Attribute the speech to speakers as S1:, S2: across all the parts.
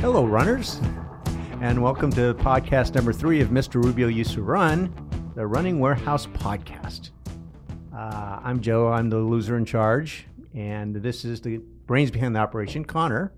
S1: Hello, runners, and welcome to podcast number three of Mr. Rubio Used to Run, the Running Warehouse podcast. Uh, I'm Joe. I'm the loser in charge, and this is the brains behind the operation, Connor.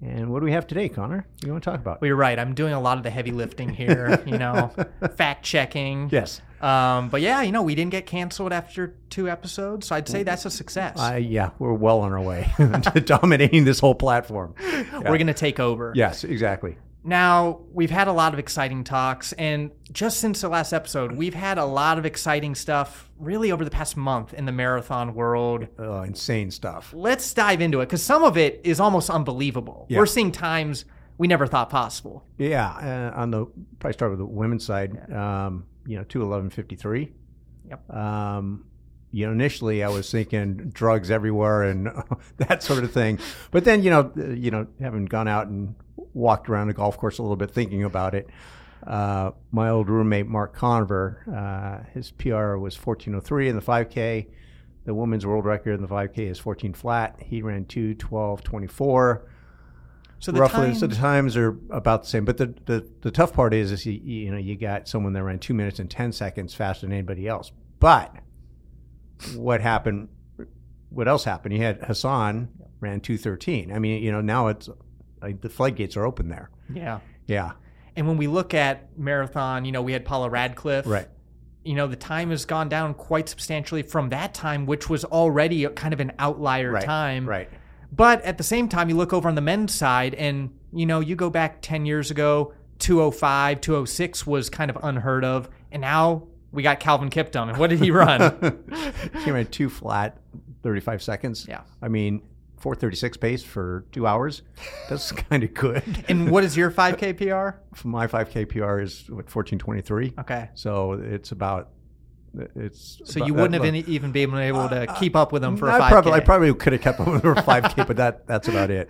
S1: And what do we have today, Connor? What do you want to talk about?
S2: Well, you're right. I'm doing a lot of the heavy lifting here, you know, fact checking.
S1: Yes.
S2: Um, but yeah, you know, we didn't get canceled after two episodes, so I'd say that's a success.
S1: Uh, yeah, we're well on our way to dominating this whole platform.
S2: We're going to take over.
S1: Yes, exactly.
S2: Now, we've had a lot of exciting talks, and just since the last episode, we've had a lot of exciting stuff really over the past month in the marathon world.
S1: Oh, insane stuff.
S2: Let's dive into it because some of it is almost unbelievable.
S1: Yeah.
S2: We're seeing times we never thought possible.
S1: Yeah, uh, on the probably start with the women's side. Um, you know, two eleven fifty three.
S2: Yep.
S1: Um, you know, initially I was thinking drugs everywhere and that sort of thing, but then you know, uh, you know, having gone out and walked around the golf course a little bit, thinking about it. Uh, my old roommate Mark Conover, uh, his PR was fourteen oh three in the five k. The women's world record in the five k is fourteen flat. He ran two twelve twenty four
S2: So the
S1: roughly
S2: time,
S1: so the times are about the same but the, the the tough part is is you, you know you got someone that ran two minutes and 10 seconds faster than anybody else but what happened what else happened you had hassan ran 213 i mean you know now it's like the floodgates are open there
S2: yeah.
S1: yeah
S2: And when we look at marathon, you know, we had Paula Radcliffe.
S1: Right.
S2: You know, the time has gone down quite substantially from that time, which was already kind of an outlier
S1: right
S2: time.
S1: right
S2: But at the same time, you look over on the men's side and, you know, you go back 10 years ago, 205, 206 was kind of unheard of. And now we got Calvin Kipton. And what did he run?
S1: he ran two flat 35 seconds
S2: Yeah.
S1: i mean 436 pace for two hours that's kind of good
S2: and what is your 5K PR?
S1: my 5k pr is what 1423
S2: Okay.
S1: So it's about it's.
S2: So
S1: about-
S2: you wouldn't have
S1: uh,
S2: any, even been able to keep up with him for a
S1: I
S2: 5K.
S1: probably I probably could have kept him for five k, but that that's about it.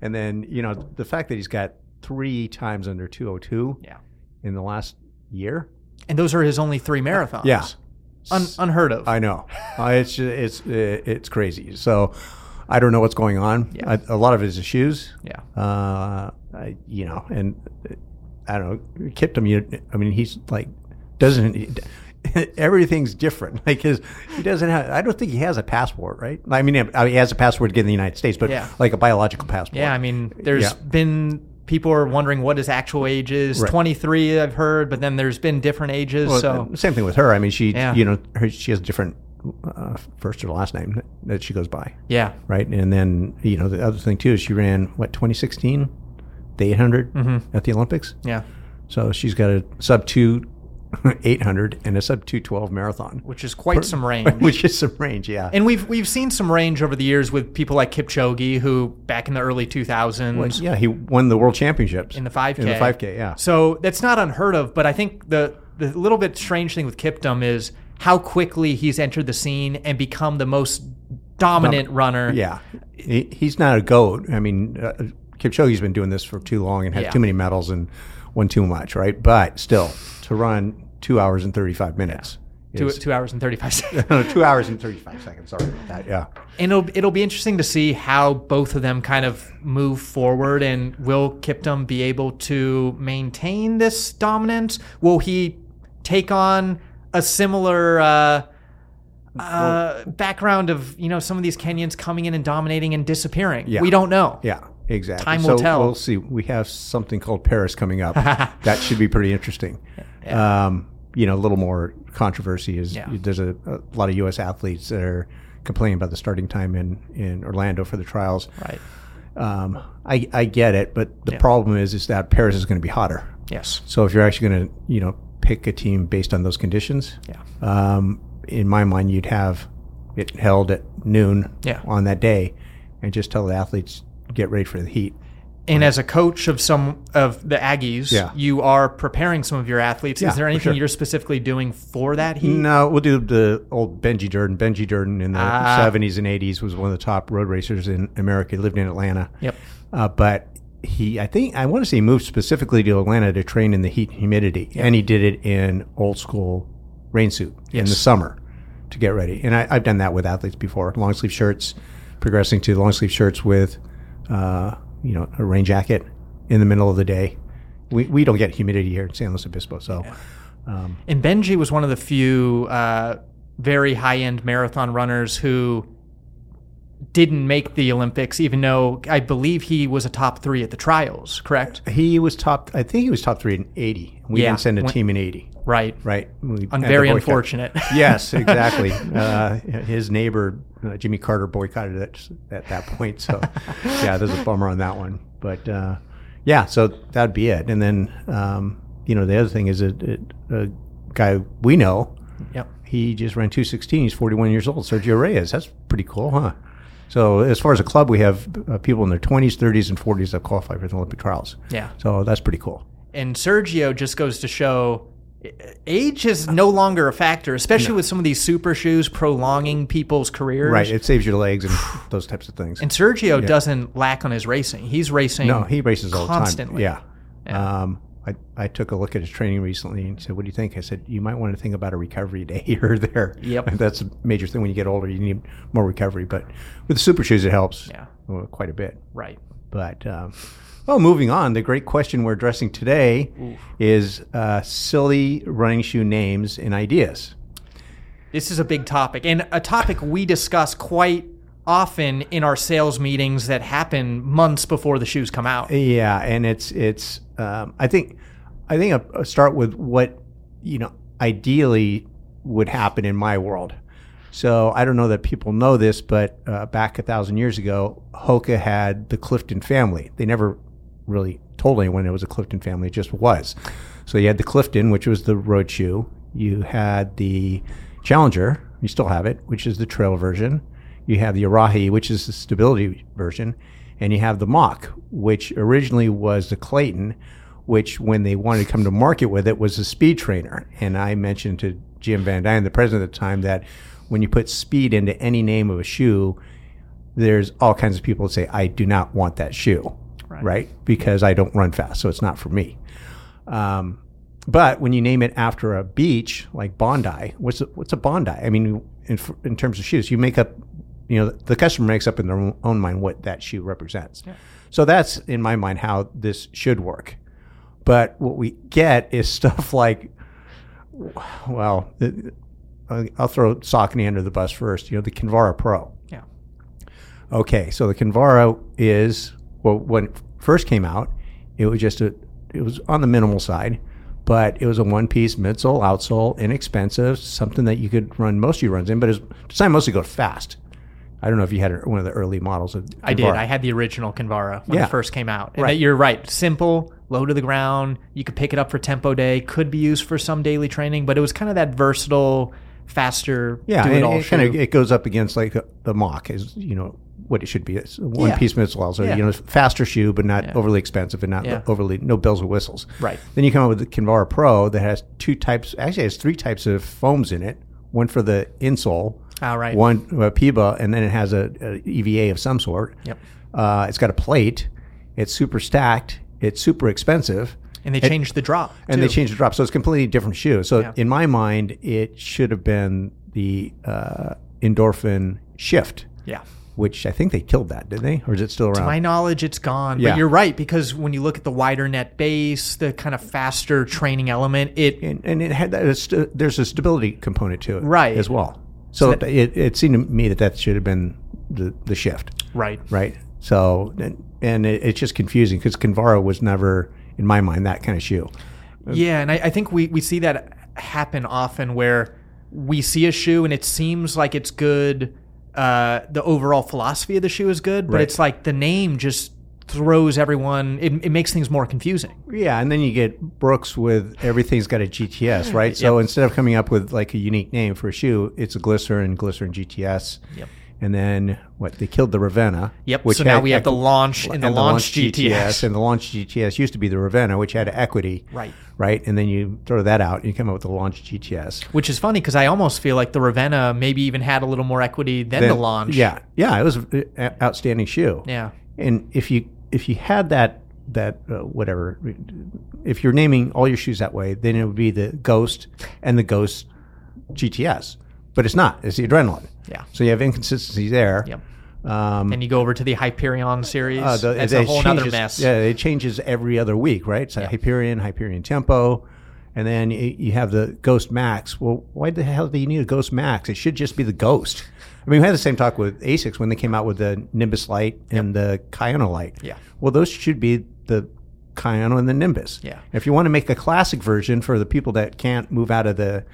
S1: And then you know the fact that he's got three times under two hundred two
S2: yeah.
S1: in the last year.
S2: And those are his only three marathons.
S1: Yeah,
S2: Un- unheard of.
S1: I know. Uh, it's ju- it's uh, it's crazy. So I don't know what's going on.
S2: Yeah.
S1: I, a lot of it is the shoes.
S2: yeah.
S1: Uh, I, you know, and uh, I don't know. Kiptum, you, I mean, he's like doesn't. he- everything's different. Like his, he doesn't have. I don't think he has a passport, right? I mean, I mean, he has a passport to get in the United States, but
S2: Yeah.
S1: like a biological passport.
S2: Yeah, I mean, there's
S1: Yeah.
S2: been people are wondering what his actual age is.
S1: Right.
S2: 23, I've heard, but then there's been different ages.
S1: Well,
S2: so
S1: uh, same thing with her. I mean, she,
S2: Yeah.
S1: you know, her, she has a different uh, first or last name that- that she goes by,
S2: yeah,
S1: right? And then you know, the other thing too is she ran what 2016, the 800
S2: Mm-hmm.
S1: at the Olympics.
S2: yeah,
S1: So she's got a sub two 800 and a sub 212 marathon,
S2: which is quite some range.
S1: which is some range, yeah.
S2: And we've we've seen some range over the years with people like Kipchoge, who back in the early 2000s.
S1: yeah, he won the world championships
S2: In the 5K.
S1: In the 5K, yeah.
S2: So that's not unheard of. But I think the the little bit strange thing with Kiptum is how quickly he's entered the scene and become the most dominant runner.
S1: Yeah. He, he's not a goat. I mean, uh, Kipchoge's been doing this for too long and had
S2: Yeah.
S1: too many medals and won too much, right? But still, to run two hours and 35 minutes.
S2: Two,
S1: is-
S2: two hours and 35 seconds.
S1: no, two hours and 35 seconds. Sorry about that. Yeah.
S2: And it'll, it'll be interesting to see how both of them kind of move forward. And will Kiptum be able to maintain this dominance? Will he take on a similar uh, uh, background of you know some of these Kenyans coming in and dominating and disappearing?
S1: Yeah.
S2: We don't know.
S1: Yeah. Exactly.
S2: Time will
S1: so
S2: tell.
S1: We'll see. We have something called Paris coming up. that should be pretty interesting. Um, you know, a little more controversy is
S2: Yeah.
S1: there's a, a lot of U.S. athletes that are complaining about the starting time in, in Orlando for the trials.
S2: Right.
S1: Um, I, I get it, but the problem is is that Paris is going to be hotter.
S2: Yes.
S1: So if you're actually going to you know pick a team based on those conditions,
S2: Yeah.
S1: um, in my mind you'd have it held at noon
S2: Yeah.
S1: on that day, and just tell the athletes get ready for the heat.
S2: And as a coach of some of the Aggies,
S1: Yeah.
S2: you are preparing some of your athletes.
S1: Yeah,
S2: Is there
S1: for
S2: anything
S1: sure.
S2: you're specifically doing for that heat?
S1: No, we'll do the old Benji Durden. Benji Durden in the
S2: Ah.
S1: 70s and 80s was one of the top road racers in America. He lived in Atlanta.
S2: Yep.
S1: Uh, but he, I think, I want to say he moved specifically to Atlanta to train in the heat and humidity. And he did it in old school rain suit in the
S2: Yes.
S1: summer to get ready. And I, I've done that with athletes before long sleeve shirts, progressing to long sleeve shirts with, uh, you know, a rain jacket in the middle of the day. We, we don't get humidity here in San Luis Obispo, so um,
S2: And Benji was one of the few uh, very high end marathon runners who didn't make the Olympics, even though I believe he was a top three at the trials, correct?
S1: he was top. I think he was top three in eighty. We
S2: Yeah.
S1: didn't send a
S2: When-
S1: team in eighty,
S2: Right.
S1: right? We
S2: Un-
S1: had to
S2: very
S1: boycott.
S2: unfortunate.
S1: yes, exactly. Uh, his neighbor uh, Jimmy Carter boycotted it at that point. So, yeah, there's a bummer on that one. But uh, yeah, so that'd be it. And then um, you know the other thing is a, a, a guy we know.
S2: yep.
S1: He just ran 216. He's 41 years old. Sergio Reyes. That's pretty cool, huh? So as far as a club, we have uh, people in their 20s, 30s, and 40s that qualify for the Olympic trials.
S2: Yeah.
S1: So that's pretty cool.
S2: and Sergio just goes to show eh, age is no longer a factor, especially with some of these super shoes prolonging people's careers.
S1: Right. It saves your legs and those types of things.
S2: And Sergio doesn't lack on his racing. He's racing.
S1: No, he races all the time.
S2: constantly.
S1: Yeah. Um, I, I took a look at his training recently and said, "What do you think?" I said, "You might want to think about a recovery day here or there."
S2: Yep.
S1: that's a major thing when you get older. You need more recovery, but with the super shoes, it helps
S2: Yeah.
S1: uh, quite a bit.
S2: Right.
S1: But um, well, moving on, the great question we're addressing today is uh, silly running shoe names and ideas.
S2: This is a big topic and a topic we discuss quite often in our sales meetings that happen months before the shoes come out.
S1: Yeah, and it's it's. Um, I think I think I'll start with what you know ideally would happen in my world. So I don't know that people know this, but uh, back a thousand years ago, Hoka had the Clifton family. They never really told anyone it was a Clifton family; it just was. So you had the Clifton, which was the road shoe. You had the Challenger. You still have it, which is the trail version. You have the Arahi, which is the stability version, and you have the Mach, which originally was the Clayton, which when they wanted to come to market with it was a speed trainer. And I mentioned to Jim Van Dyne, the president at the time, that when you put speed into any name of a shoe, there's all kinds of people that say, I do not want that shoe,
S2: Right.
S1: right? Because I don't run fast, so it's not for me. Um, but when you name it after a beach like Bondi, what's a, what's a Bondi? I mean, in, in terms of shoes, you make up, you know, the customer makes up in their own mind what that shoe represents. So that's in my mind how this should work. But what we get is stuff like, well, the- I'll throw Saucony under the bus first. You know, the Kinvara Pro.
S2: Yeah.
S1: Okay, so the Kinvara is well, when it first came out, it was just a it was on the minimal side, but it was a one piece midsole, outsole, inexpensive, something that you could run most of your runs in, but it's designed mostly to go fast. I don't know if you had a- one of the early models of
S2: I did.
S1: Kinvara.
S2: I had the original Kinvara when
S1: Yeah.
S2: it first came out. And
S1: Right.
S2: that- you're right. Simple, low to the ground. You could pick it up for tempo day. Could be used for some daily training, but it was kind of that versatile, faster,
S1: yeah,
S2: do it
S1: and
S2: all
S1: it kind of
S2: shoe.
S1: it goes up against like the, the mock is you know what it should be. It's a one
S2: Yeah.
S1: piece midsole, so
S2: Yeah.
S1: you know it's faster shoe, but not
S2: Yeah.
S1: overly expensive and not
S2: Yeah.
S1: overly no bells or whistles.
S2: Right.
S1: Then you come up with the Kinvara Pro that has two types. Actually, has three types of foams in it. One for the insole,
S2: All right.
S1: one uh, PIBA, and then it has a, a EVA of some sort.
S2: Yep.
S1: Uh, it's got a plate. It's super stacked. It's super expensive
S2: And they changed the drop.
S1: and they
S2: too.
S1: changed the drop, so it's a completely different shoe. So
S2: Yeah.
S1: in my mind, it should have been the uh, endorphin shift,
S2: Yeah.
S1: which I think they killed that, did they, or is it still around?
S2: My knowledge, it's gone.
S1: uh, Yeah.
S2: But you're right because when you look at the wider net base, the kind of faster training element, it
S1: and, and it had that. It's, there's a stability component to it,
S2: Right.
S1: as well. So it, it seemed to me that that should have been the the shift,
S2: right.
S1: right? So and, and it, it's just confusing because Kinvara was never, in my mind, that kind of shoe.
S2: Yeah, and I, I think we, we see that happen often where we see a shoe and it seems like it's good. Uh, the overall philosophy of the shoe is good, but
S1: Right.
S2: it's like the name just throws everyone. It, it makes things more confusing.
S1: Yeah, and then you get Brooks with everything's got a GTS, right? So instead of coming up with like a unique name for a shoe, it's a glycerin, glycerin GTS.
S2: Yep.
S1: And then what? They killed the Ravenna.
S2: Yep.
S1: Which
S2: so now
S1: had
S2: we have the
S1: equi-
S2: launch and the launch GTS.
S1: and the launch GTS used to be the Ravenna, which had equity,
S2: Right.
S1: Right, and then you throw that out, and you come up with the launch GTS.
S2: Which is funny because I almost feel like the Ravenna maybe even had a little more equity than the
S1: Then-
S2: launch.
S1: Yeah, yeah, it was an outstanding shoe.
S2: Yeah.
S1: And if you if you had that that uh, whatever, if you're naming all your shoes that way, then it would be the Ghost and the Ghost GTS. But it's not. It's the Adrenaline.
S2: Yeah.
S1: So you have inconsistency there.
S2: Yep.
S1: Um,
S2: And you go over to the Hyperion series.
S1: uh, the-
S2: That's
S1: they
S2: a whole nother
S1: changes-
S2: mess.
S1: Yeah, it changes every other week, right? So Hyperion, Hyperion Tempo, and then y- you have the Ghost Max. Well, why the hell do you need a Ghost Max? It should just be the Ghost. I mean, we had the same talk with ASICS when they came out with the Nimbus Light and the Kiono Light.
S2: Yeah.
S1: Well, those should be the Kiono and the Nimbus.
S2: Yeah.
S1: If you want to make a classic version for the people that can't move out of the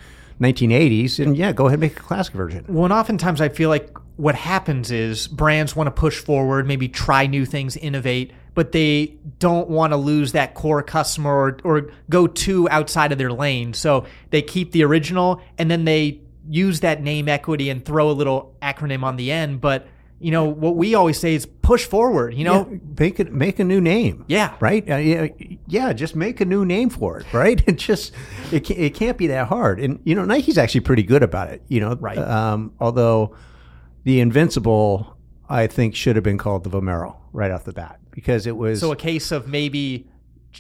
S1: 1980s, then yeah, go ahead and make a classic version.
S2: Well, and oftentimes I feel like what happens is brands want to push forward, maybe try new things, innovate, but they don't want to lose that core customer or, or go too outside of their lane. So they keep the original and then they use that name equity and throw a little acronym on the end. But, you know, what we always say is push forward, you know?
S1: Yeah, make it make a new name.
S2: Yeah.
S1: Right. Uh, yeah, yeah. Just make a new name for it. Right. It just it can't, it can't be that hard. And you know Nike's actually pretty good about it. You know.
S2: Right.
S1: Um, although the Invincible, I think, should have been called the Vomero right off the bat because it was.
S2: So a case of maybe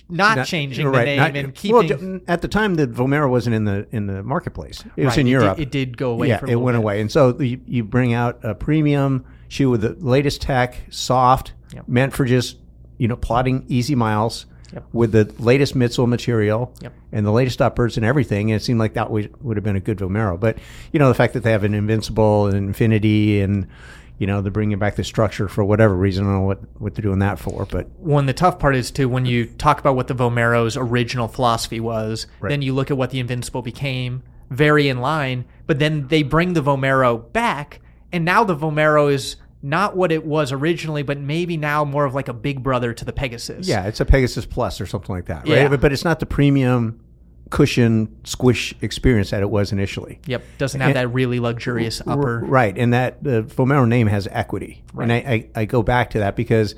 S2: not,
S1: not-
S2: changing
S1: right,
S2: the name
S1: not-
S2: and keeping
S1: well, j- at the time the Vomero wasn't in the in the marketplace. It was
S2: Right,
S1: in
S2: it did-
S1: Europe
S2: It, did go away.
S1: yeah,
S2: for a
S1: it
S2: little
S1: went
S2: bit.
S1: away. And so you, you bring out a premium shoe with the latest tech, soft,
S2: Yep.
S1: meant for just you know plodding easy miles,
S2: Yep.
S1: with the latest midsole material
S2: Yep.
S1: and the latest uppers and everything. And it seemed like that would, would have been a good Vomero. But you know the fact that they have an Invincible and Infinity and you know they're bringing back the structure for whatever reason. I don't know what what they're doing that for, but
S2: one the tough part is too when you talk about what the Vomero's original philosophy was, then you look at what the Invincible became, very in line, but then they bring the Vomero back, and now the Vomero is not what it was originally, but maybe now more of like a big brother to the Pegasus.
S1: yeah, it's a Pegasus Plus or something like that, right?
S2: Yeah.
S1: But, but it's not the premium cushion squish experience that it was initially.
S2: Yep. Doesn't have that really luxurious upper.
S1: Right, and that the Vomero name has equity, and I, I, I go back to that because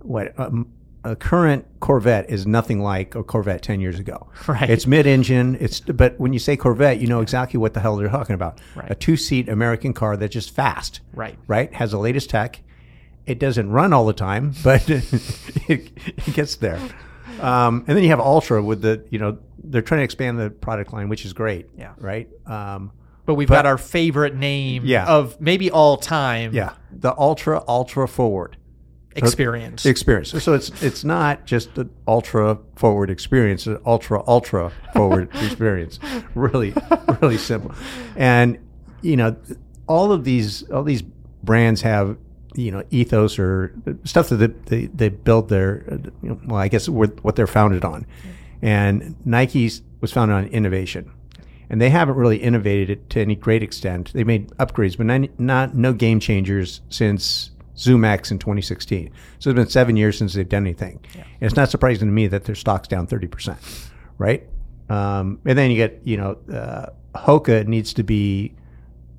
S1: what um, a current Corvette is nothing like a Corvette ten years ago.
S2: Right.
S1: it's mid-engine. It's but when you say Corvette, you know exactly what the hell they're talking about.
S2: Right.
S1: A two-seat American car that's just fast.
S2: Right.
S1: right. Has the latest tech. It doesn't run all the time, but it, it gets there. Um, and then you have Ultra with the you know they're trying to expand the product line, which is great.
S2: Yeah.
S1: right. Um,
S2: But we've got our favorite name
S1: Yeah.
S2: of maybe all time
S1: yeah, the Ultra Ultra Forward.
S2: experience.
S1: experience. So it's it's not just an ultra forward experience, an ultra ultra forward experience. Really, really simple. And you know, all of these all these brands have you know ethos or stuff that they they, they build their you know, well, I guess what what they're founded on. And Nike's was founded on innovation. And they haven't really innovated it to any great extent. They made upgrades, but not, not no game changers since Zoom X in 2016. So it's been seven years since they've done anything. And it's not surprising to me that their stock's down 30%, right? Um, and then you get, you know, uh, Hoka needs to be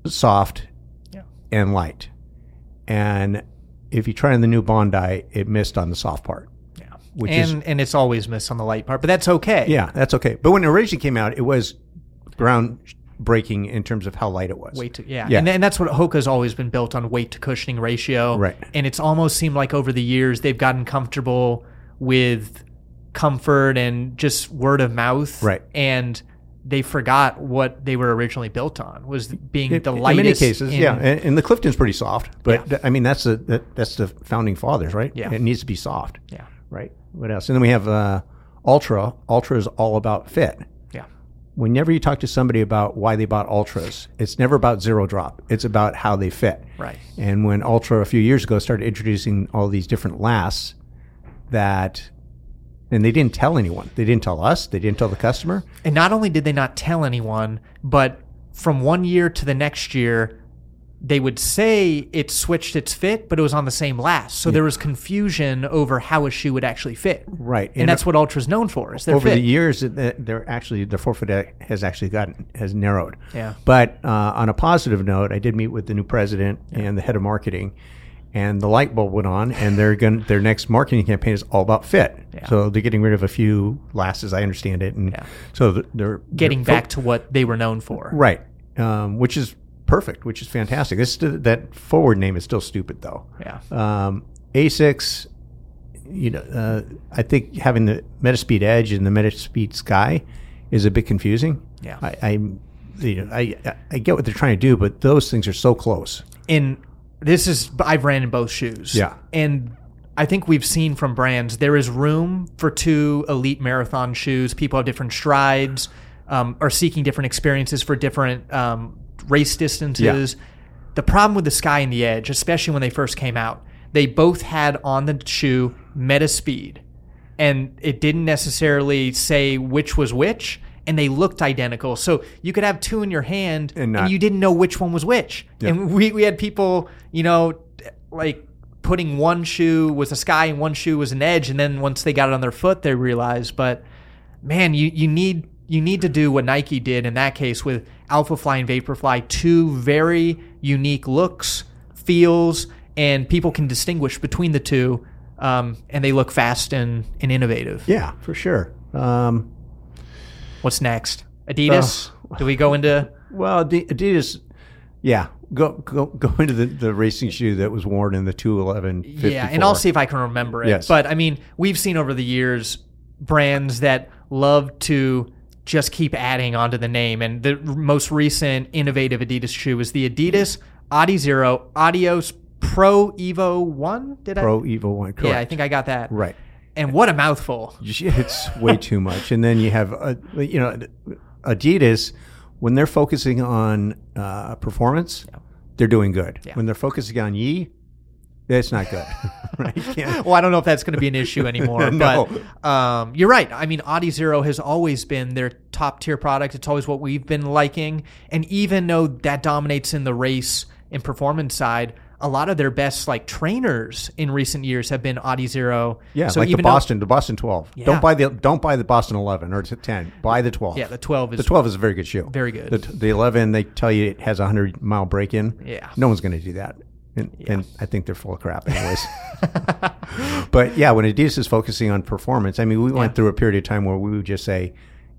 S1: soft
S2: Yeah.
S1: and light. And if you try on the new Bondi, it missed on the soft part.
S2: Yeah.
S1: Which is,
S2: and and it's always missed on the light part, but that's okay.
S1: yeah, that's okay. But when it originally came out, it was groundbreaking in terms of how light it was.
S2: Weight to, yeah.
S1: Yeah.
S2: And, and that's what Hoka's always been built on weight to cushioning ratio.
S1: Right.
S2: And it's almost seemed like over the years they've gotten comfortable with comfort and just word of mouth.
S1: Right.
S2: And they forgot what they were originally built on was being the
S1: In-
S2: lightest.
S1: in many cases,
S2: in-
S1: yeah. And, and the Clifton's pretty soft, but th- I mean that's the that, that's the founding fathers, right?
S2: Yeah.
S1: it needs to be soft,
S2: Yeah.
S1: right? What else? And then we have uh, Ultra. Ultra is all about fit.
S2: Yeah.
S1: Whenever you talk to somebody about why they bought Ultras, it's never about zero drop. It's about how they fit.
S2: Right.
S1: And when Ultra a few years ago started introducing all these different lasts that and they didn't tell anyone. They didn't tell us, they didn't tell the customer.
S2: And not only did they not tell anyone, but from one year to the next year, they would say it switched its fit, but it was on the same last. So there was confusion over how a shoe would actually fit.
S1: Right.
S2: And, that's what Ultra's known for is their
S1: over
S2: fit.
S1: the years that- that they're actually the forfeit has actually gotten has narrowed.
S2: Yeah.
S1: But uh, on a positive note, I did meet with the new president and the head of marketing, and the light bulb went on. And they're going their next marketing campaign is all about fit.
S2: Yeah.
S1: So they're getting rid of a few lasts, as I understand it, and
S2: Yeah.
S1: so th- they're
S2: Getting
S1: they're fo-
S2: back to what they were known for.
S1: right, um, which is perfect, which is fantastic. This that forward name is still stupid though
S2: Yeah.
S1: um, ASICs, you know, uh, I think having the Metaspeed Edge and the Metaspeed Sky is a bit confusing.
S2: Yeah.
S1: I, I, you know, I I get what they're trying to do, but those things are so close.
S2: And this is I've ran in both shoes.
S1: Yeah.
S2: And I think we've seen from brands there is room for two elite marathon shoes. People have different strides, um, are seeking different experiences for different um, race distances. The problem with the Sky and the Edge, especially when they first came out, they both had on the shoe meta speed, and it didn't necessarily say which was which. And they looked identical, so you could have two in your hand,
S1: And
S2: and
S1: not-
S2: you didn't know which one was which. And we, we had people, you know, like putting one shoe was a sky and one shoe was an edge, and then once they got it on their foot, they realized. But man, you you need you need to do what Nike did in that case with Alpha Fly and Vaporfly, two very unique looks, feels, and people can distinguish between the two, um, and they look fast and, and innovative.
S1: Yeah, for sure. Um,
S2: What's next? Adidas? Do we go into?
S1: well, Adi- Adidas, yeah, go go go into the, the racing shoe that was worn in the two eleven.
S2: Yeah, and I'll see if I can remember it.
S1: Yes.
S2: But I mean, we've seen over the years brands that love to just keep adding onto the name. And the most recent innovative Adidas shoe is the Adidas Adi Zero Adios Pro Evo 1. Did I?
S1: Pro Evo One. Correct.
S2: Yeah, I think I got that.
S1: right.
S2: And what a mouthful.
S1: it's way too much. And then you have, uh, you know, Adidas, when they're focusing on uh, performance, they're doing good. When they're focusing on ye, that's not good. right? You can't-
S2: Well, I don't know if that's going to be an issue anymore,
S1: No.
S2: but um, you're right. I mean, Audi Zero has always been their top tier product. It's always what we've been liking. And even though that dominates in the race and performance side, a lot of their best like trainers in recent years have been Audi Zero.
S1: Yeah, like the
S2: though-
S1: Boston, the Boston 12.
S2: Yeah.
S1: Don't buy the don't buy the Boston 11 or it's a 10. Buy the 12.
S2: yeah, the 12 is
S1: the 12 is a very good shoe.
S2: very good.
S1: The, the 11, they tell you it has a 100 mile break in.
S2: Yeah.
S1: No one's going to do that. And, and I think they're full of crap, anyways. but yeah, when Adidas is focusing on performance, I mean, we went through a period of time where we would just say,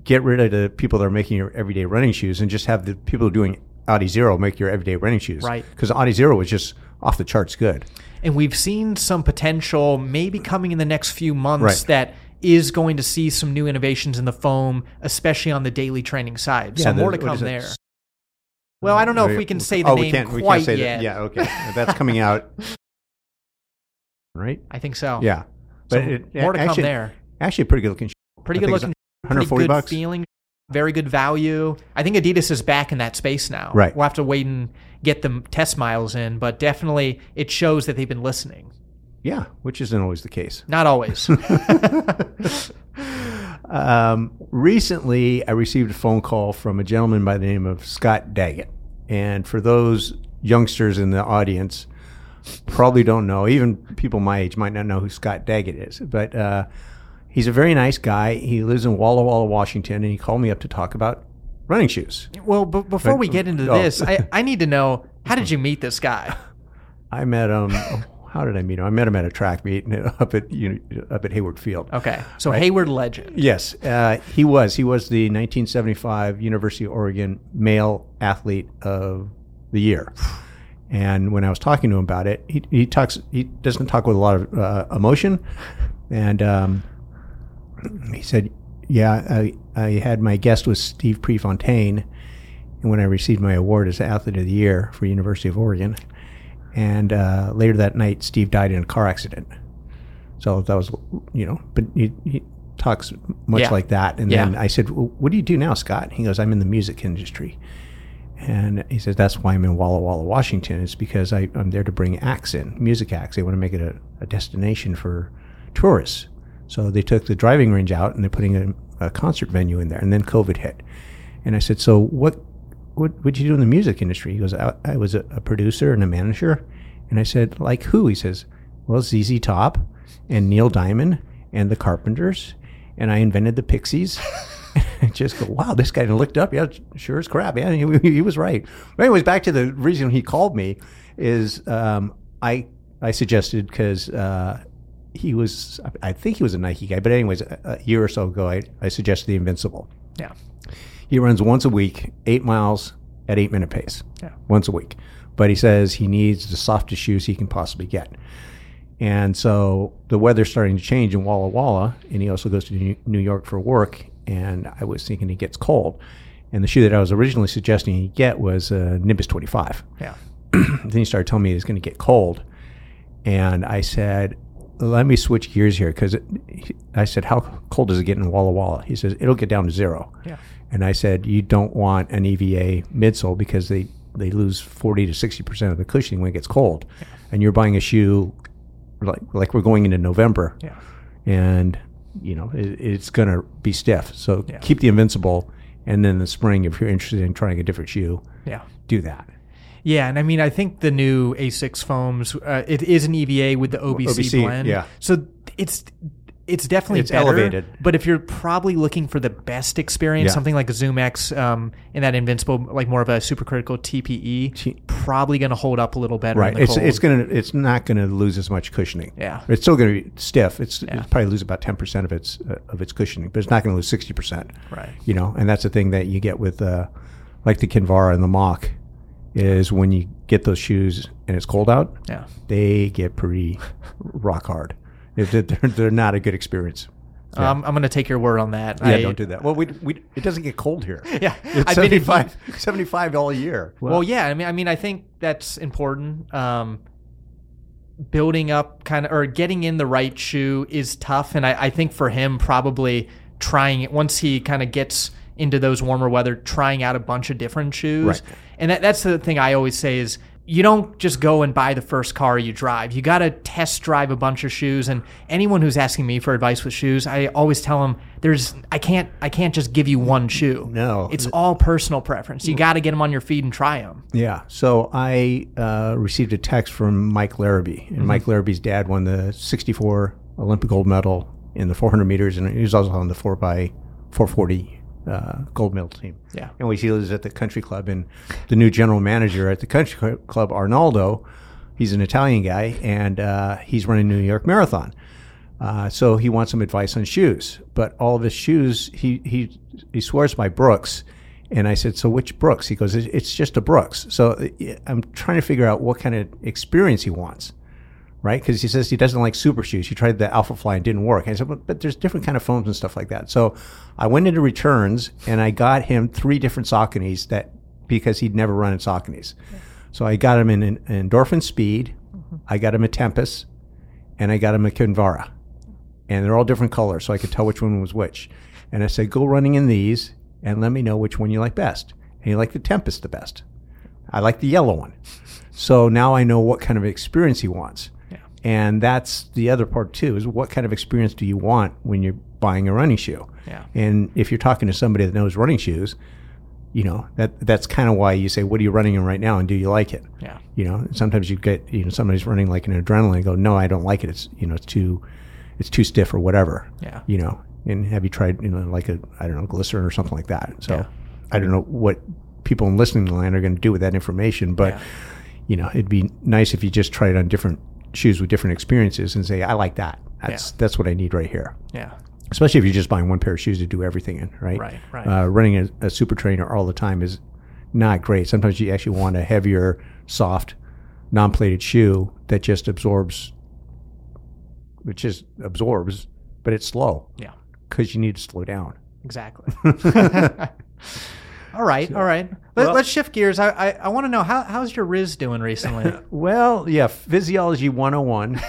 S1: get rid of the people that are making your everyday running shoes and just have the people doing Audi Zero make your everyday running shoes.
S2: Right.
S1: Because Audi Zero was just off the charts good.
S2: and we've seen some potential maybe coming in the next few months
S1: Right.
S2: that is going to see some new innovations in the foam, especially on the daily training side. so
S1: Yeah, the-
S2: more to
S1: what
S2: come
S1: is it?
S2: there. Well, I don't know if we can say the
S1: oh,
S2: name
S1: we can't,
S2: quite
S1: we can't say
S2: yet.
S1: That. Yeah, okay. That's coming out. Right?
S2: I think so.
S1: Yeah.
S2: So
S1: it-
S2: more to
S1: actually-
S2: come there.
S1: Actually, pretty good looking shoe.
S2: Pretty
S1: I
S2: good
S1: think it's
S2: looking, pretty
S1: 140
S2: good
S1: bucks.
S2: feeling, very good value. I think Adidas is back in that space now.
S1: Right.
S2: We'll have to wait and get the test miles in, but definitely it shows that they've been listening.
S1: Yeah, which isn't always the case.
S2: Not always.
S1: Um, recently, I received a phone call from a gentleman by the name of Scott Daggett. And for those youngsters in the audience, probably don't know, even people my age might not know who Scott Daggett is. But uh, he's a very nice guy. He lives in Walla Walla, Washington, and he called me up to talk about running shoes.
S2: well, but before we get into
S1: Oh.
S2: this, I, I need to know how did you meet this guy?
S1: I met him. how did I meet him? I met him at a track meet up at you know, up at Hayward Field.
S2: Okay. So Hayward Legend.
S1: Yes, uh, he was. He was the 1975 University of Oregon Male Athlete of the Year. And when I was talking to him about it, he, he talks. He doesn't talk with a lot of uh, emotion, and um, he said, "Yeah, I, I had my guest was Steve Prefontaine, and when I received my award as Athlete of the Year for University of Oregon, and uh, later that night, Steve died in a car accident. So that was, you know, but he, he talks much
S2: Yeah.
S1: like that. And
S2: Yeah.
S1: then I said, well, "What do you do now, Scott?" And he goes, "I'm in the music industry," and he says, "That's why I'm in Walla Walla, Washington. It's because I, I'm there to bring acts in, music acts. They want to make it a, a destination for tourists." So they took the driving range out and they're putting a, a concert venue in there. And then COVID hit. And I said, So what what would you do in the music industry? He goes, I, I was a, a producer and a manager. And I said, Like who? He says, Well, ZZ Top and Neil Diamond and the Carpenters. And I invented the Pixies. I just go, wow, this guy done looked up. Yeah, sure as crap. Yeah, he, he was right. But anyways, back to the reason he called me is um, I I suggested because uh, he was I think he was a Nike guy, but anyways, a, a year or so ago, I, I suggested the Invincible.
S2: Yeah.
S1: He runs once a week, eight miles at eight minute pace.
S2: Yeah.
S1: Once a week. But he says he needs the softest shoes he can possibly get. And so the weather's starting to change in Walla Walla, and he also goes to New- New York for work. And I was thinking it gets cold. And the shoe that I was originally suggesting he get was a Nimbus 25
S2: Yeah.
S1: then he started telling me it was going to get cold, and I said, "Let me switch gears here," because I said, "How cold does it get in Walla Walla?" He says, "It'll get down to zero.
S2: Yeah.
S1: And I said, "You don't want an EVA midsole because they they lose forty to sixty percent of the cushioning when it gets cold, and you're buying a shoe like like we're going into November,
S2: Yeah.
S1: and you know it, it's going to be stiff. So
S2: Yeah.
S1: keep the invincible, and then in the spring, if you're interested in trying a different shoe,
S2: Yeah.
S1: do that.
S2: Yeah, and I mean, I think the new A6 foams, uh, it is an EVA with the OBC,
S1: OBC,
S2: blend.
S1: yeah.
S2: So it's it's definitely
S1: It's
S2: better,
S1: elevated.
S2: But if you're probably looking for the best experience,
S1: Yeah.
S2: something like a Zoom X um, in that invincible, like more of a supercritical TPE,
S1: T-
S2: probably going to hold up a little better. In
S1: Right.
S2: the
S1: It's
S2: cold.
S1: it's gonna it's not going to lose as much cushioning.
S2: Yeah.
S1: It's still going to be stiff. It's,
S2: Yeah.
S1: it's probably lose about ten percent of its uh, of its cushioning, but it's not going to lose sixty percent.
S2: Right.
S1: You know, and that's the thing that you get with uh, like the Kinvara and the Mach is when you get those shoes and it's cold out,
S2: Yeah.
S1: they get pretty rock hard. If They're, they're, they're not a good experience. Yeah.
S2: Um, I'm going to take your word on that.
S1: Yeah,
S2: I-
S1: don't do that. Well, we, we it doesn't get cold here.
S2: Yeah,
S1: It's
S2: I've been in
S1: 75, 75 all year.
S2: Well, yeah, I mean, I mean, I think that's important. Um, building up kind of or getting in the right shoe is tough, and I, I think for him probably trying it once he kind of gets into those warmer weather, trying out a bunch of different shoes,
S1: Right.
S2: and that, that's the thing I always say is you don't just go and buy the first car you drive. You got to test drive a bunch of shoes. And anyone who's asking me for advice with shoes, I always tell them there's I can't I can't just give you one shoe.
S1: No.
S2: it's all personal preference. You got to get them on your feet and try them.
S1: Yeah. So I uh, received a text from Mike Larrabee, and Mike Larrabee's dad won the 64 Olympic gold medal in the 400 meters, and he was also on the 4 by 440 uh, gold medal team.
S2: Yeah.
S1: And we see was at the country club, and the new general manager at the country cl- club, Arnaldo, he's an Italian guy, and uh, he's running New York Marathon. Uh, so he wants some advice on shoes, but all of his shoes, he he he swears by Brooks, and I said, so which Brooks? He goes, "It- it's just a Brooks. So uh, I'm trying to figure out what kind of experience he wants, right? Because he says he doesn't like super shoes. He tried the Alpha Fly and didn't work. And I said, but, but there's different kind of foams and stuff like that. So I went into returns and I got him three different Sauconys that because he'd never run in Sauconys. So I got him an, an Endorphin Speed, I got him a Tempest, and I got him a Kinvara and they're all different colors, so I could tell which one was which. And I said, go running in these and let me know which one you like best. And you like the Tempest the best. I like the yellow one. So now I know what kind of experience he wants.
S2: Yeah.
S1: And that's the other part too, is what kind of experience do you want when you're buying a running shoe?
S2: Yeah.
S1: And if you're talking to somebody that knows running shoes, you know, that that's kind of why you say, What are you running in right now and do you like it?
S2: Yeah.
S1: you know sometimes you get you know somebody's running like an adrenaline and go no i don't like it it's you know it's too it's too stiff or whatever
S2: Yeah.
S1: you know and have you tried you know like a i don't know glycerin or something like that so
S2: Yeah.
S1: i don't know what people in listening land are going to do with that information but
S2: Yeah.
S1: you know it'd be nice if you just tried on different shoes with different experiences and say i like that that's that's what i need right here
S2: Yeah.
S1: especially if you're just buying one pair of shoes to do everything in, right?
S2: Right, right.
S1: Uh, running a, a super trainer all the time is not great. Sometimes you actually want a heavier, soft, non-plated shoe that just absorbs, which just absorbs, but it's slow
S2: Yeah.
S1: because you need to slow down.
S2: Exactly. all right. all right. Let,
S1: Well-
S2: us shift gears. I I, I want to know how how's your Riz doing recently?
S1: Well, yeah, physiology 101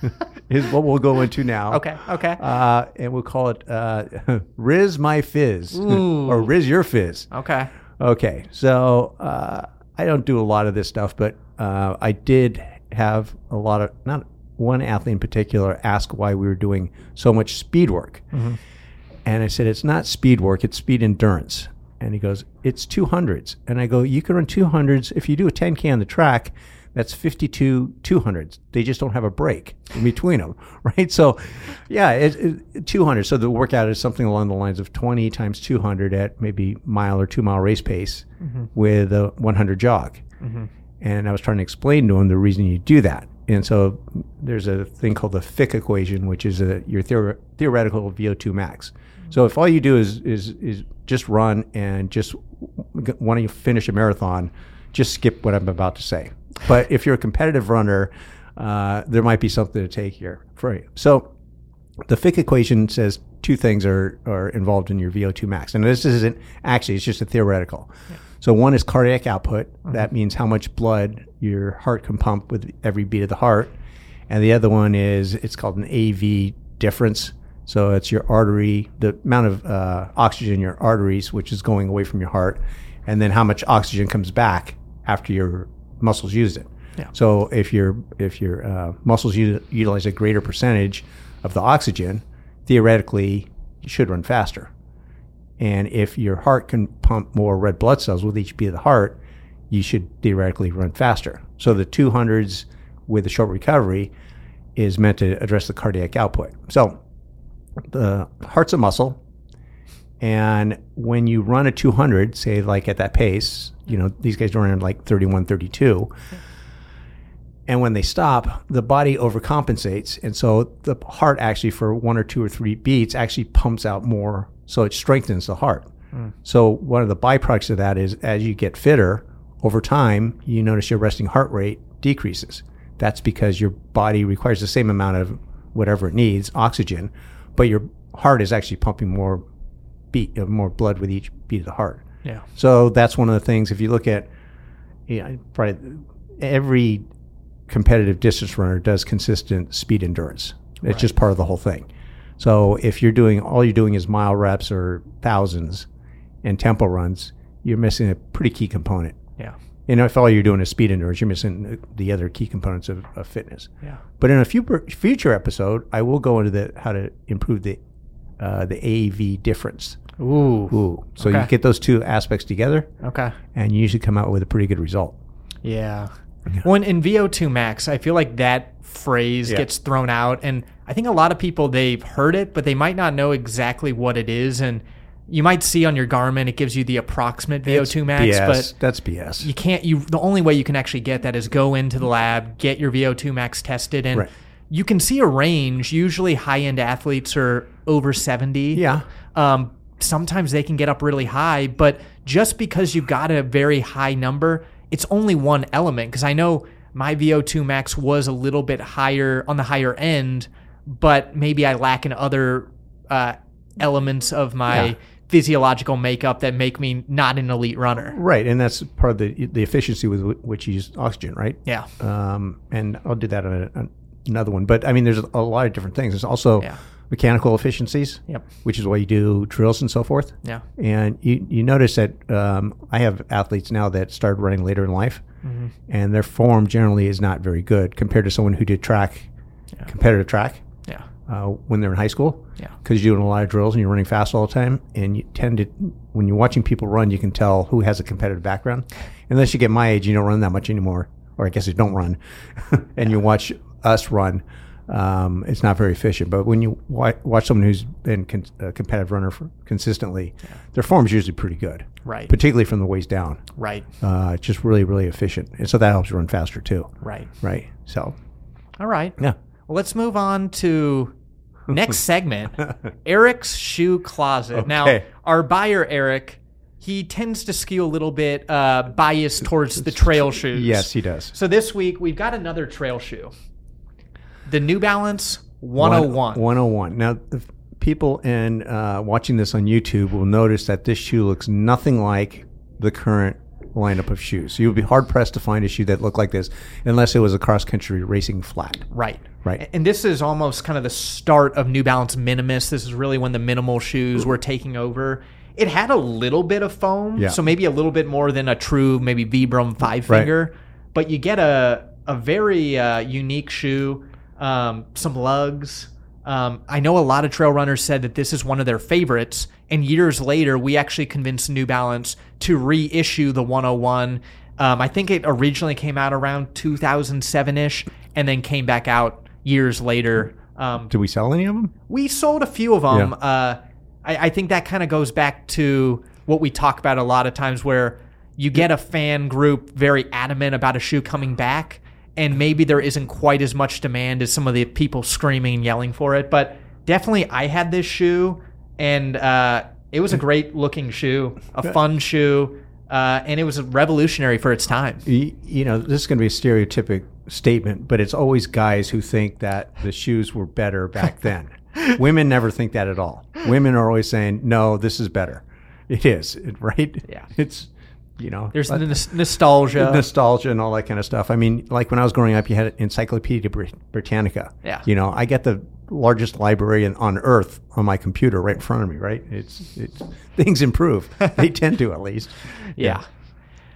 S1: is what we'll go into now.
S2: okay. Okay.
S1: Uh, and we'll call it uh, Riz My Fizz
S2: Ooh.
S1: or Riz Your Fizz.
S2: okay.
S1: Okay, so uh, I don't do a lot of this stuff, but uh, I did have a lot of not one athlete in particular ask why we were doing so much speed work, and I said it's not speed work; it's speed endurance. And he goes, "It's 200s," and I go, "You can run 200s if you do a 10k on the track." That's 52 200s. They just don't have a break in between them, right? So, yeah, it, it, 200. So the workout is something along the lines of 20 times 200 at maybe mile or two mile race pace with a 100 jog. And I was trying to explain to him the reason you do that. And so there's a thing called the Fick equation, which is a, your theor- theoretical VO2 max. So if all you do is, is, is just run and just want to finish a marathon, just skip what I'm about to say. But if you're a competitive runner, uh, there might be something to take here for you. So the Fick equation says two things are, are involved in your VO2 max. And this isn't actually, it's just a theoretical. So one is cardiac output. That means how much blood your heart can pump with every beat of the heart. And the other one is it's called an AV difference. So it's your artery, the amount of uh, oxygen in your arteries, which is going away from your heart, and then how much oxygen comes back after your muscles use it.
S2: Yeah.
S1: So if your if your uh, muscles u- utilize a greater percentage of the oxygen, theoretically you should run faster. And if your heart can pump more red blood cells with each beat of the heart, you should theoretically run faster. So the 200s with a short recovery is meant to address the cardiac output. So the heart's a muscle. And when you run a 200, say like at that pace, you know, these guys don't run like 31, 32. And when they stop, the body overcompensates. And so the heart actually, for one or two or three beats, actually pumps out more. So it strengthens the heart. So one of the byproducts of that is as you get fitter over time, you notice your resting heart rate decreases. That's because your body requires the same amount of whatever it needs, oxygen, but your heart is actually pumping more beat, uh, more blood with each beat of the heart.
S2: Yeah.
S1: So that's one of the things. If you look at, yeah, probably every competitive distance runner does consistent speed endurance. It's just part of the whole thing. So if you're doing all you're doing is mile reps or thousands and tempo runs, you're missing a pretty key component.
S2: Yeah.
S1: And if all you're doing is speed endurance, you're missing the other key components of, of fitness.
S2: Yeah.
S1: But in a future future episode, I will go into the how to improve the uh, the AAV difference.
S2: Ooh.
S1: Ooh. So you
S2: Okay.
S1: get those two aspects together,
S2: Okay.
S1: and you usually come out with a pretty good result.
S2: Yeah. Well, in- in VO2 max, I feel like that phrase
S1: Yeah.
S2: gets thrown out, and I think a lot of people they've heard it, but they might not know exactly what it is. And you might see on your Garmin it gives you the approximate VO2 max,
S1: BS.
S2: but
S1: That's BS.
S2: you can't. You the only way you can actually get that is go into the lab, get your VO2 max tested, and
S1: Right.
S2: you can see a range. Usually, high end athletes are over seventy.
S1: yeah.
S2: Um, sometimes they can get up really high, but just because you've got a very high number, it's only one element. Because I know my VO2 max was a little bit higher on the higher end, but maybe I lack in other uh, elements of my
S1: Yeah.
S2: physiological makeup that make me not an elite runner.
S1: Right. And that's part of the the efficiency with wh- which you use oxygen, right?
S2: Yeah.
S1: Um, and I'll do that on, a, on another one. But I mean, there's a lot of different things. There's also
S2: Yeah.
S1: mechanical efficiencies,
S2: Yep.
S1: which is why you do drills and so forth.
S2: Yeah.
S1: And you, you notice that um, I have athletes now that started running later in life, and their form generally is not very good compared to someone who did track, competitive track,
S2: Yeah.
S1: uh, when they're in high school.
S2: Yeah.
S1: Because you're doing a lot of drills and you're running fast all the time, and you tend to, when you're watching people run, you can tell who has a competitive background. Unless you get my age, you don't run that much anymore, or I guess you don't run, and you watch us run. Um, it's not very efficient, but when you wa- watch someone who's been con- a competitive runner for consistently, their form's usually pretty good,
S2: Right.
S1: particularly from the waist down.
S2: Right.
S1: Uh, it's just really, really efficient, and so that helps you run faster too,
S2: Right.
S1: right? So,
S2: All right.
S1: yeah,
S2: Well, let's move on to next segment Eric's shoe closet. Now,
S1: Okay.
S2: our buyer, Eric, he tends to skew a little bit uh, biased towards the trail shoes.
S1: yes, he does.
S2: So this week, we've got another trail shoe the New Balance 101.
S1: 101. Now, the f- people in uh, watching this on YouTube will notice that this shoe looks nothing like the current lineup of shoes. So you would be hard pressed to find a shoe that looked like this unless it was a cross country racing flat.
S2: Right.
S1: Right.
S2: A- And this is almost kind of the start of New Balance Minimus. This is really when the minimal shoes were taking over. It had a little bit of foam,
S1: Yeah.
S2: so maybe a little bit more than a true maybe Vibram five finger, but you get a a very uh, unique shoe, um, some lugs. Um, I know a lot of trail runners said that this is one of their favorites, and years later, we actually convinced New Balance to reissue the 101. Um, I think it originally came out around 2007 ish, and then came back out years later. Um,
S1: Did we sell any of them?
S2: we sold a few of them.
S1: Yeah.
S2: Uh, I, I think that kind of goes back to what we talk about a lot of times, where you get a fan group very adamant about a shoe coming back, and maybe there isn't quite as much demand as some of the people screaming and yelling for it. But definitely, I had this shoe, and uh, it was a great looking shoe, a fun shoe. Uh, and it was revolutionary for its time.
S1: Y- You know, this is going to be a stereotypic statement, but it's always guys who think that the shoes were better back then. Women never think that at all. Women are always saying, no, this is better. It is, right?
S2: Yeah.
S1: It's you know,
S2: There's
S1: but-
S2: the nos- nostalgia.
S1: nostalgia and all that kind of stuff. I mean, like when I was growing up, you had Encyclopedia Brit- Britannica.
S2: Yeah.
S1: You know, I get the largest library in, on earth on my computer right in front of me. Right. It's it's things improve. they tend to at least.
S2: Yeah.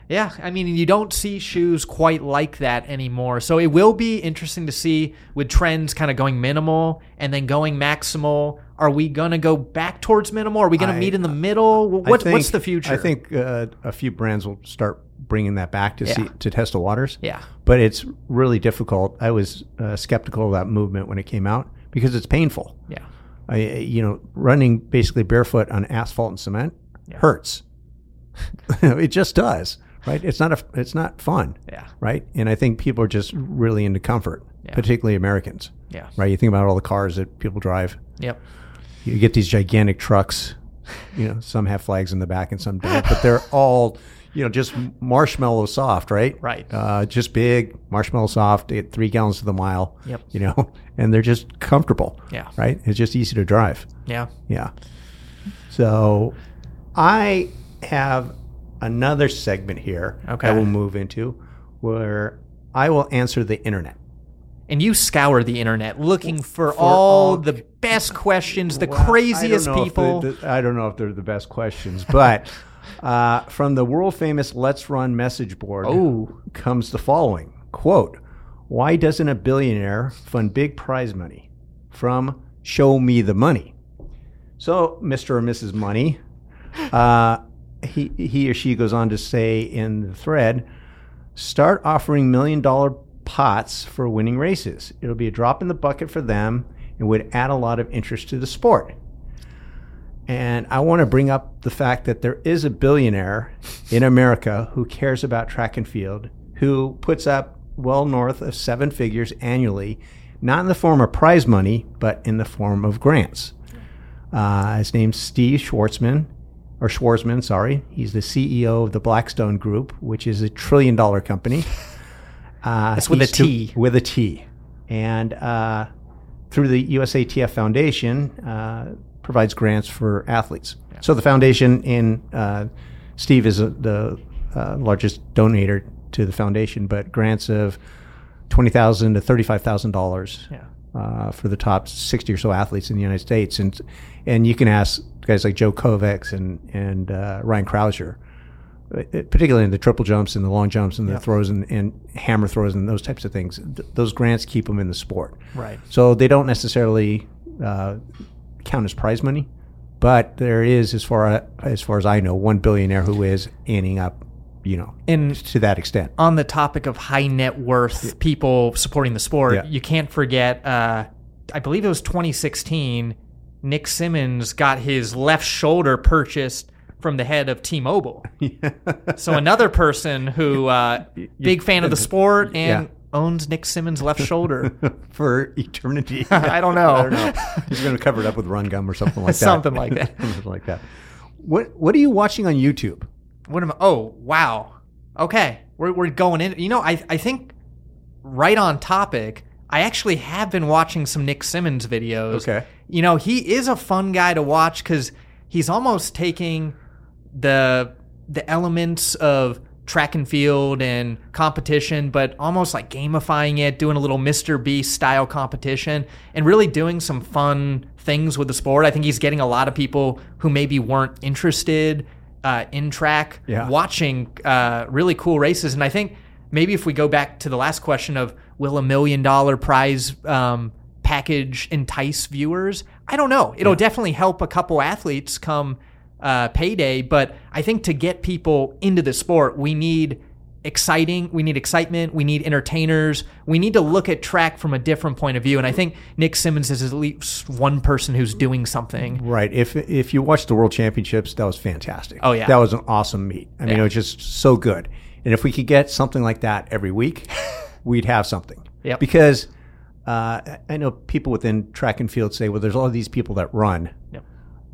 S2: Yeah, I mean, you don't see shoes quite like that anymore. So it will be interesting to see with trends kind of going minimal and then going maximal. Are we going to go back towards minimal? Are we going
S1: I- uh,
S2: to meet in the middle? Wh-
S1: I
S2: What,
S1: think-
S2: what's the future?
S1: I think uh, a few brands will start bringing that back to see
S2: Yeah.
S1: to test the waters.
S2: Yeah.
S1: But it's really difficult. I was uh, skeptical of that movement when it came out because it's painful.
S2: Yeah.
S1: I, you know, running basically barefoot on asphalt and cement
S2: Yeah.
S1: hurts. it just does, right? It's not a, it's not fun,
S2: Yeah.
S1: right? And I think people are just really into comfort,
S2: Yeah.
S1: particularly Americans,
S2: Yeah.
S1: right? You think about all the cars that people drive.
S2: Yep.
S1: You get these gigantic trucks. You know, some have flags in the back and some don't, but they're all, you know, just marshmallow soft, right?
S2: Right.
S1: Uh, just big, marshmallow soft, they get three gallons to the mile.
S2: Yep.
S1: You know, and they're just comfortable.
S2: Yeah.
S1: Right. It's just easy to drive.
S2: Yeah.
S1: Yeah. So I have another segment here
S2: Okay.
S1: that we'll move into where I will answer the internet.
S2: And you scour the internet looking for,
S1: For
S2: all,
S1: all-
S2: the best questions, the
S1: Well, I don't
S2: craziest
S1: know if
S2: people.
S1: the- the- I don't know if they're the best questions, but uh, from the world famous Let's Run message board
S2: Oh.
S1: comes the following quote Why doesn't a billionaire fund big prize money? From Show Me the Money. So, Mr. or Mrs. Money, uh, he, he or she goes on to say in the thread start offering million dollar pots for winning races. It'll be a drop in the bucket for them and would add a lot of interest to the sport. And I want to bring up the fact that there is a billionaire in America who cares about track and field, who puts up well north of seven figures annually, not in the form of prize money, but in the form of grants. Uh, his name's Steve Schwartzman, or Schwarzman, sorry. He's the CEO of the Blackstone Group, which is a trillion dollar company. Uh,
S2: That's with a
S1: he's to-
S2: T.
S1: with a T. And uh, through the USATF Foundation, uh, provides grants for athletes. So the foundation in uh, Steve is a, the uh, largest donator to the foundation, but grants of twenty thousand to thirty-five thousand dollars
S2: yeah.
S1: uh, for the top 60 or so athletes in the United States. And and you can ask guys like Joe Kovacs and and uh, Ryan Krauser, uh, particularly in the triple jumps and the long jumps and the throws and, and hammer throws and those types of things. Th- those grants keep them in the sport.
S2: Right.
S1: So they don't necessarily uh, count as prize money, but there is, as far as far as I know, one billionaire who is ending up, you know,
S2: And
S1: to that extent.
S2: on the topic of high net worth people supporting the sport,
S1: Yeah.
S2: you can't forget. Uh, I believe it was 2016. Nick Simmons got his left shoulder purchased from the head of T-Mobile. so another person who uh, big fan of the sport
S1: Yeah.
S2: and owns Nick Simmons' left shoulder.
S1: for eternity.
S2: I don't know.
S1: I don't know. He's going to cover it up with run gum or something like that.
S2: Something like that.
S1: something like that. What What are you watching on YouTube?
S2: What am I? Oh, wow. Okay. We're, we're going in. You know, I, I think right on topic, I actually have been watching some Nick Simmons videos.
S1: Okay.
S2: You know, he is a fun guy to watch because he's almost taking the the elements of track and field and competition, but almost like gamifying it, doing a little Mr. Beast style competition, and really doing some fun things with the sport. I think he's getting a lot of people who maybe weren't interested uh, in track
S1: Yeah.
S2: watching uh, really cool races. And I think maybe if we go back to the last question of will a million dollar prize um, package entice viewers? I don't know. It'll definitely help a couple athletes come uh, payday, but I think to get people into the sport, we need exciting we need excitement we need entertainers we need to look at track from a different point of view and i think nick simmons is at least one person who's doing something
S1: Right. If If you watched the World Championships, that was fantastic.
S2: Oh, yeah.
S1: That was an awesome meet. I mean,
S2: Yeah.
S1: it was just so good. And if we could get something like that every week, we'd have something.
S2: Yep.
S1: Because uh, I know people within track and field say, well, there's all these people that run.
S2: Yep.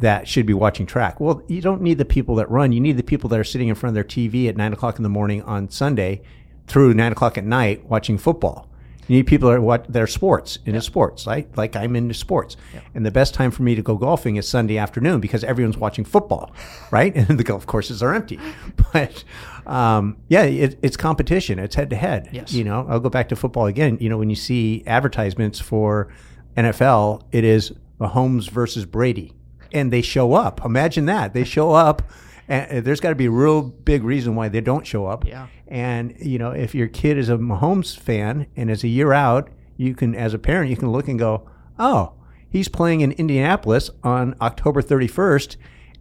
S1: that should be watching track. Well, you don't need the people that run. You need the people that are sitting in front of their TV at nine o'clock in the morning on Sunday through nine o'clock at night watching football. You need people that are what their sports into sports, right? Like I'm into sports, and the best time for me to go golfing is Sunday afternoon because everyone's watching football, right? And the golf courses are empty. But um, yeah, it, it's competition. It's head to head.
S2: Yes.
S1: You know, I'll go back to football again. You know, when you see advertisements for NFL, it is Mahomes versus Brady, and they show up. Imagine that they show up. And there's got to be a real big reason why they don't show up.
S2: Yeah.
S1: And you know, if your kid is a Mahomes fan and is a year out, you can, as a parent, you can look and go, "Oh, he's playing in Indianapolis on October 31st,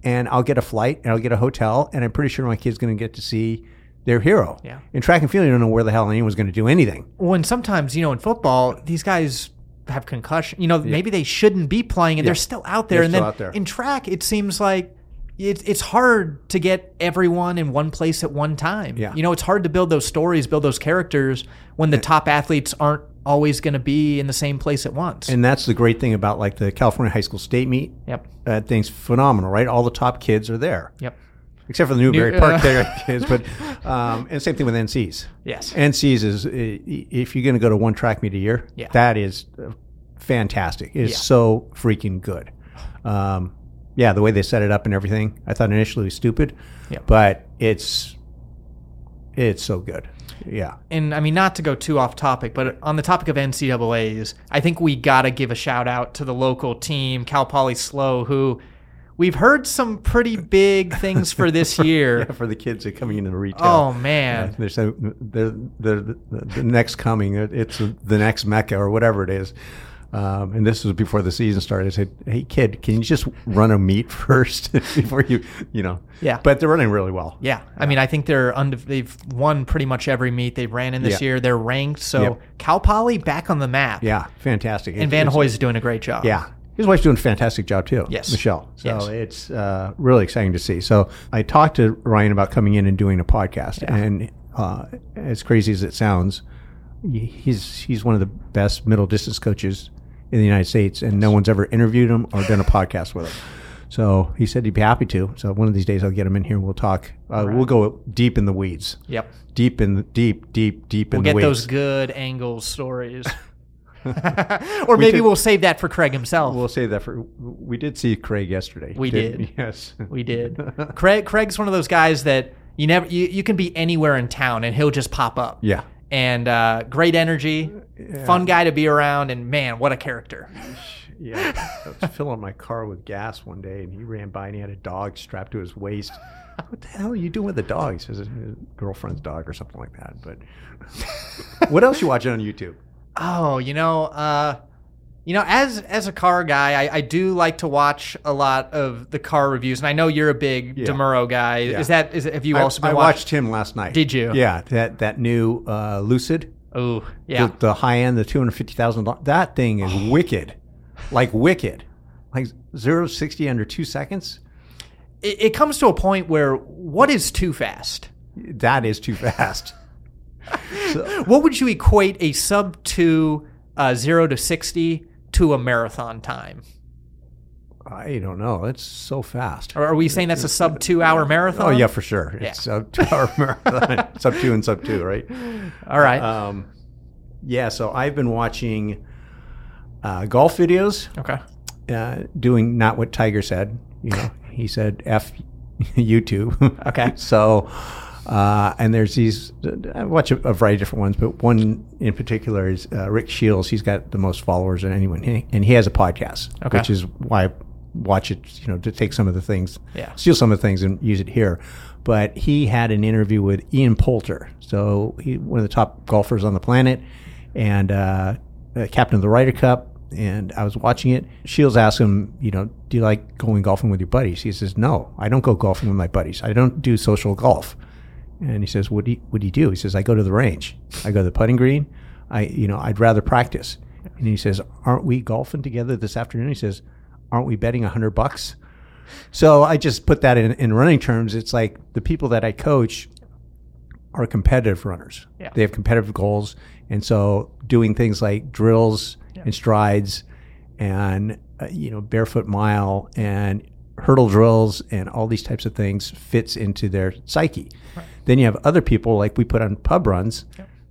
S1: and I'll get a flight and I'll get a hotel, and I'm pretty sure my kid's going to get to see their hero."
S2: Yeah.
S1: In track and field, you don't know where the hell anyone's going to do anything.
S2: when sometimes you know in football these guys have concussion you know maybe they shouldn't be playing and they're still out there
S1: They're
S2: and
S1: still
S2: then
S1: out there.
S2: in track it seems like it, it's hard to get everyone in one place at one time
S1: Yeah.
S2: you know it's hard to build those stories build those characters when the top athletes aren't always going to be in the same place at once
S1: And that's the great thing about like the California High School State Meet.
S2: yep
S1: That thing's phenomenal, right? All the top kids are there.
S2: yep
S1: except for the Newberry
S2: New-
S1: Park
S2: uh,
S1: there kids. But um, and same thing with NCs.
S2: yes
S1: NCs is uh, if you're going to go to one track meet a year,
S2: Yeah.
S1: that is uh, fantastic. It's
S2: Yeah.
S1: so freaking good. Um, yeah, the way they set it up and everything, I thought initially was stupid,
S2: Yeah.
S1: but it's it's so good. Yeah,
S2: and I mean, not to go too off topic, but on the topic of NCAAs, I think we got to give a shout out to the local team, Cal Poly Slow, who we've heard some pretty big things for this year.
S1: for the kids that are coming into the retail.
S2: Oh,
S1: Yeah,
S2: man.
S1: they're, so, they're, they're the, the next coming. It- It's the next Mecca or whatever it is. Um, and this was before the season started. I said, "Hey, kid, can you just run a meet first before you, you know?"
S2: Yeah.
S1: But they're running really well.
S2: Yeah, I mean, I think they're undiv- they've won pretty much every meet they ran in this
S1: Yeah.
S2: year. They're ranked, so
S1: Yep.
S2: Cal Poly back on the map.
S1: Yeah, fantastic.
S2: and Van Hoy's doing a great job.
S1: Yeah. His wife's doing a fantastic job too.
S2: Yes.
S1: Michelle. So
S2: Yes.
S1: it's uh, really exciting to see. So I talked to Ryan about coming in and doing a podcast. And uh, as crazy as it sounds, he- he's he's one of the best middle distance coaches in the United States, and no one's ever interviewed him or done a podcast with him. So he said he'd be happy to. So one of these days I'll get him in here and we'll talk. Uh, We'll go deep in the weeds,
S2: yep.
S1: deep in the deep, deep, deep in
S2: We'll
S1: the
S2: get
S1: weeds.
S2: those good angle stories, or maybe
S1: could-
S2: we'll save that for Craig himself.
S1: We'll save that for. We did see Craig yesterday.
S2: We
S1: didn't-
S2: did.
S1: Yes.
S2: We did. Craig Craig's one of those guys that you never you, you can be anywhere in town and he'll just pop up.
S1: Yeah.
S2: And uh, great energy, fun guy to be around, and man, what a character!
S1: Yeah. I was filling my car with gas one day and he ran by and he had a dog strapped to his waist. What the hell are you doing with a dog? He says his girlfriend's dog or something like that. But what else you watching on YouTube?
S2: Oh, you know, uh, you know, as as a car guy, I, I do like to watch a lot of the car reviews, and I know you're a big
S1: Yeah.
S2: Demuro guy.
S1: Yeah.
S2: Is that is have you
S1: I,
S2: also been
S1: I
S2: watching?
S1: watched him last night.
S2: Did you?
S1: Yeah. That that new uh, Lucid,
S2: Oh, yeah. Oh.
S1: the, the high end, the two hundred fifty thousand. That thing is wicked, like wicked, like zero to sixty under two seconds.
S2: It, it comes to a point where what is too fast?
S1: That is too fast. So-
S2: What would you equate a sub two uh, zero to sixty to a marathon time?
S1: I don't know. It's so fast.
S2: Or are we saying that's a sub two hour marathon?
S1: Oh yeah, for sure. It's sub two hour marathon. sub two and sub two, right?
S2: All right.
S1: Um, yeah. So I've been watching uh, golf videos,
S2: okay.
S1: uh, doing not what Tiger said. You know, he said "f YouTube."
S2: Okay.
S1: so, uh, and there's these. I watch a, a variety of different ones, but one in particular is uh, Rick Shields. He's got the most followers than anyone, and he- and he has a podcast,
S2: Okay.
S1: which is why I watch it. You know, to take some of the things
S2: Yeah.
S1: steal some of the things and use it here. But he had an interview with Ian Poulter, so he one of the top golfers on the planet, and uh, uh, captain of the Ryder Cup. And I was watching it. Shields asked him, you know, do you like going golfing with your buddies? He says, no, I don't go golfing with my buddies. I don't do social golf. And he says, "What do you, what do you do?" He says, "I go to the range. I go to the putting green. I you know I'd rather practice." And he says, "Aren't we golfing together this afternoon?" He says, "Aren't we betting a hundred bucks?" So I just put that in, in running terms. It's like the people that I coach are competitive runners.
S2: Yeah.
S1: They have competitive goals, and so doing things like drills and strides, and uh, you know barefoot mile and hurdle drills and all these types of things fits into their psyche. Then you have other people like we put on pub runs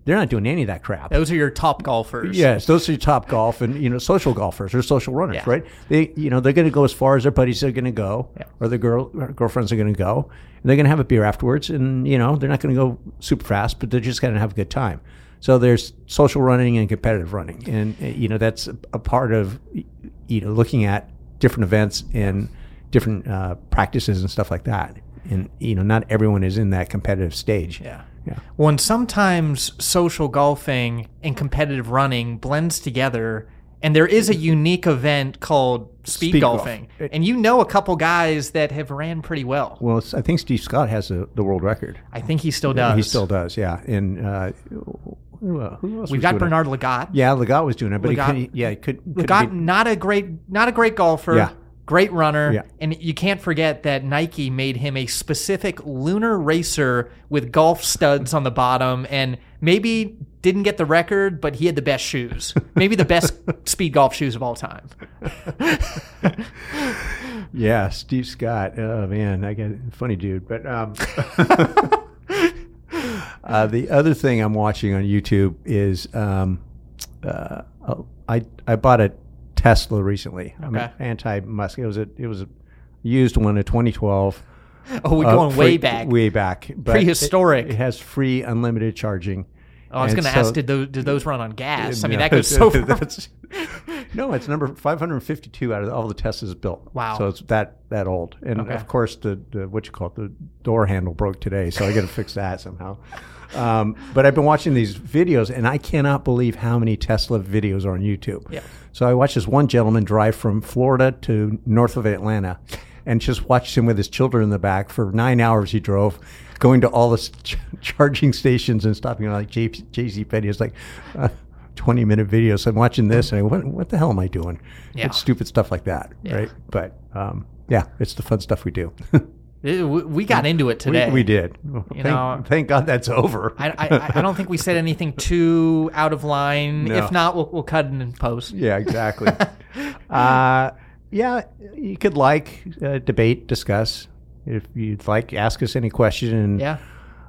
S1: They're not doing any of that crap.
S2: Those are your top golfers.
S1: Yes, those are your top golf and you know social golfers or social runners,
S2: Yeah.
S1: right? They you know they're going to go as far as their buddies are going to go,
S2: Yeah.
S1: or their girl or girlfriends are going to go, and they're going to have a beer afterwards. And you know they're not going to go super fast, but they're just going to have a good time. So there's social running and competitive running, and uh, you know that's a, a part of y- you know looking at different events and different uh, practices and stuff like that. And you know not everyone is in that competitive stage.
S2: Yeah.
S1: Yeah.
S2: Well, and sometimes social golfing and competitive running blends together, and there is a unique event called speed,
S1: Speed golf.
S2: golfing.
S1: It-
S2: and you know a couple guys that have ran pretty well.
S1: Well, it's- I think Steve Scott has the the world record.
S2: I think he still does.
S1: He still does, yeah. And uh, who, uh, who else?
S2: We've
S1: was
S2: got
S1: doing it?
S2: Bernard Lagat.
S1: Yeah, Legat was doing it, but
S2: Legat-
S1: he could, yeah, he could. could
S2: Lagat, not a great, not a great golfer.
S1: Yeah.
S2: Great runner.
S1: Yeah.
S2: And you can't forget that Nike made him a specific lunar racer with golf studs on the bottom, and maybe didn't get the record, but he had the best shoes. Maybe the best speed golf shoes of all time.
S1: yeah, Steve Scott. Oh man, I got funny dude. But um, uh, the other thing I'm watching on YouTube is um, uh, oh, I I bought a Tesla recently. I'm
S2: Okay.
S1: anti Musk. It was a it was a used one, a 2012.
S2: Oh, we're
S1: uh,
S2: going way
S1: free-
S2: back.
S1: way back, but it-
S2: Prehistoric.
S1: It, has free unlimited charging.
S2: oh, I was
S1: And
S2: going to ask,
S1: so-
S2: did those, did those run on gas? I mean,
S1: No,
S2: that goes so far.
S1: that's- no, it's number 552 out of all the Teslas built.
S2: Wow.
S1: So it's that that old. And
S2: Okay.
S1: of course, the, the what you call it, the door handle broke today, so I got to fix that somehow. Um, but I've been watching these videos, and I cannot believe how many Tesla videos are on YouTube.
S2: Yeah.
S1: So I watched this one gentleman drive from Florida to north of Atlanta and just watched him with his children in the back for nine hours he drove, going to all the s- ch- charging stations and stopping like J- JC Petty. It's like uh, 20 minute videos. I'm watching this and I what, what the hell am I doing?
S2: Yeah.
S1: It's stupid stuff like that,
S2: Yeah.
S1: right? But um, yeah, it's the fun stuff we do.
S2: Eh, We we got into it
S1: we,
S2: today.
S1: we did. Well, thank,
S2: know-
S1: thank God that's over.
S2: I, I, I don't think we said anything too out of line.
S1: No.
S2: If not, we'll, we'll cut it in post.
S1: Yeah, exactly. uh, yeah, you could like, uh, debate, discuss. If you'd like, ask us any question, and
S2: Yeah.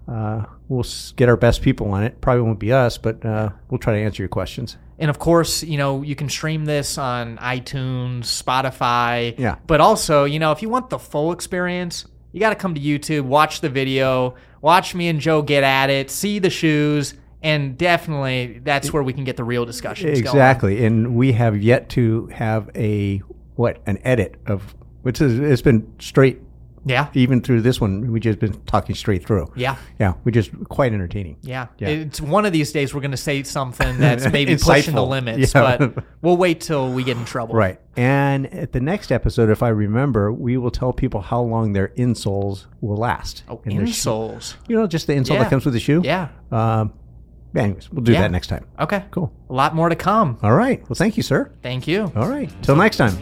S1: uh, we'll s- get our best people on it. Probably won't be us, but uh, we'll try to answer your questions.
S2: And of course, you know, you can stream this on iTunes, Spotify.
S1: Yeah.
S2: But also, you know, if you want the full experience, you got to come to YouTube, watch the video, watch me and Joe get at it, see the shoes, and definitely that's where we can get the real discussions going.
S1: Exactly, and we have yet to have a what an edit of which is it's been straight
S2: Yeah.
S1: even through this one. We just been talking straight through.
S2: Yeah.
S1: yeah, we just quite entertaining.
S2: Yeah.
S1: Yeah.
S2: It's one of these days we're going to say something that's maybe pushing the
S1: Insightful.
S2: limits,
S1: Yeah.
S2: but we'll wait till we get in trouble.
S1: Right. And at the next episode, if I remember, we will tell people how long their insoles will last.
S2: Oh,
S1: And their sho-
S2: insoles.
S1: You know, just the insole
S2: Yeah.
S1: that comes with the shoe?
S2: Yeah.
S1: Um, anyways, we'll do
S2: Yeah.
S1: that next time.
S2: Okay.
S1: Cool.
S2: A lot more to come.
S1: All right. Well, thank you, sir.
S2: Thank you.
S1: All right. Till next time.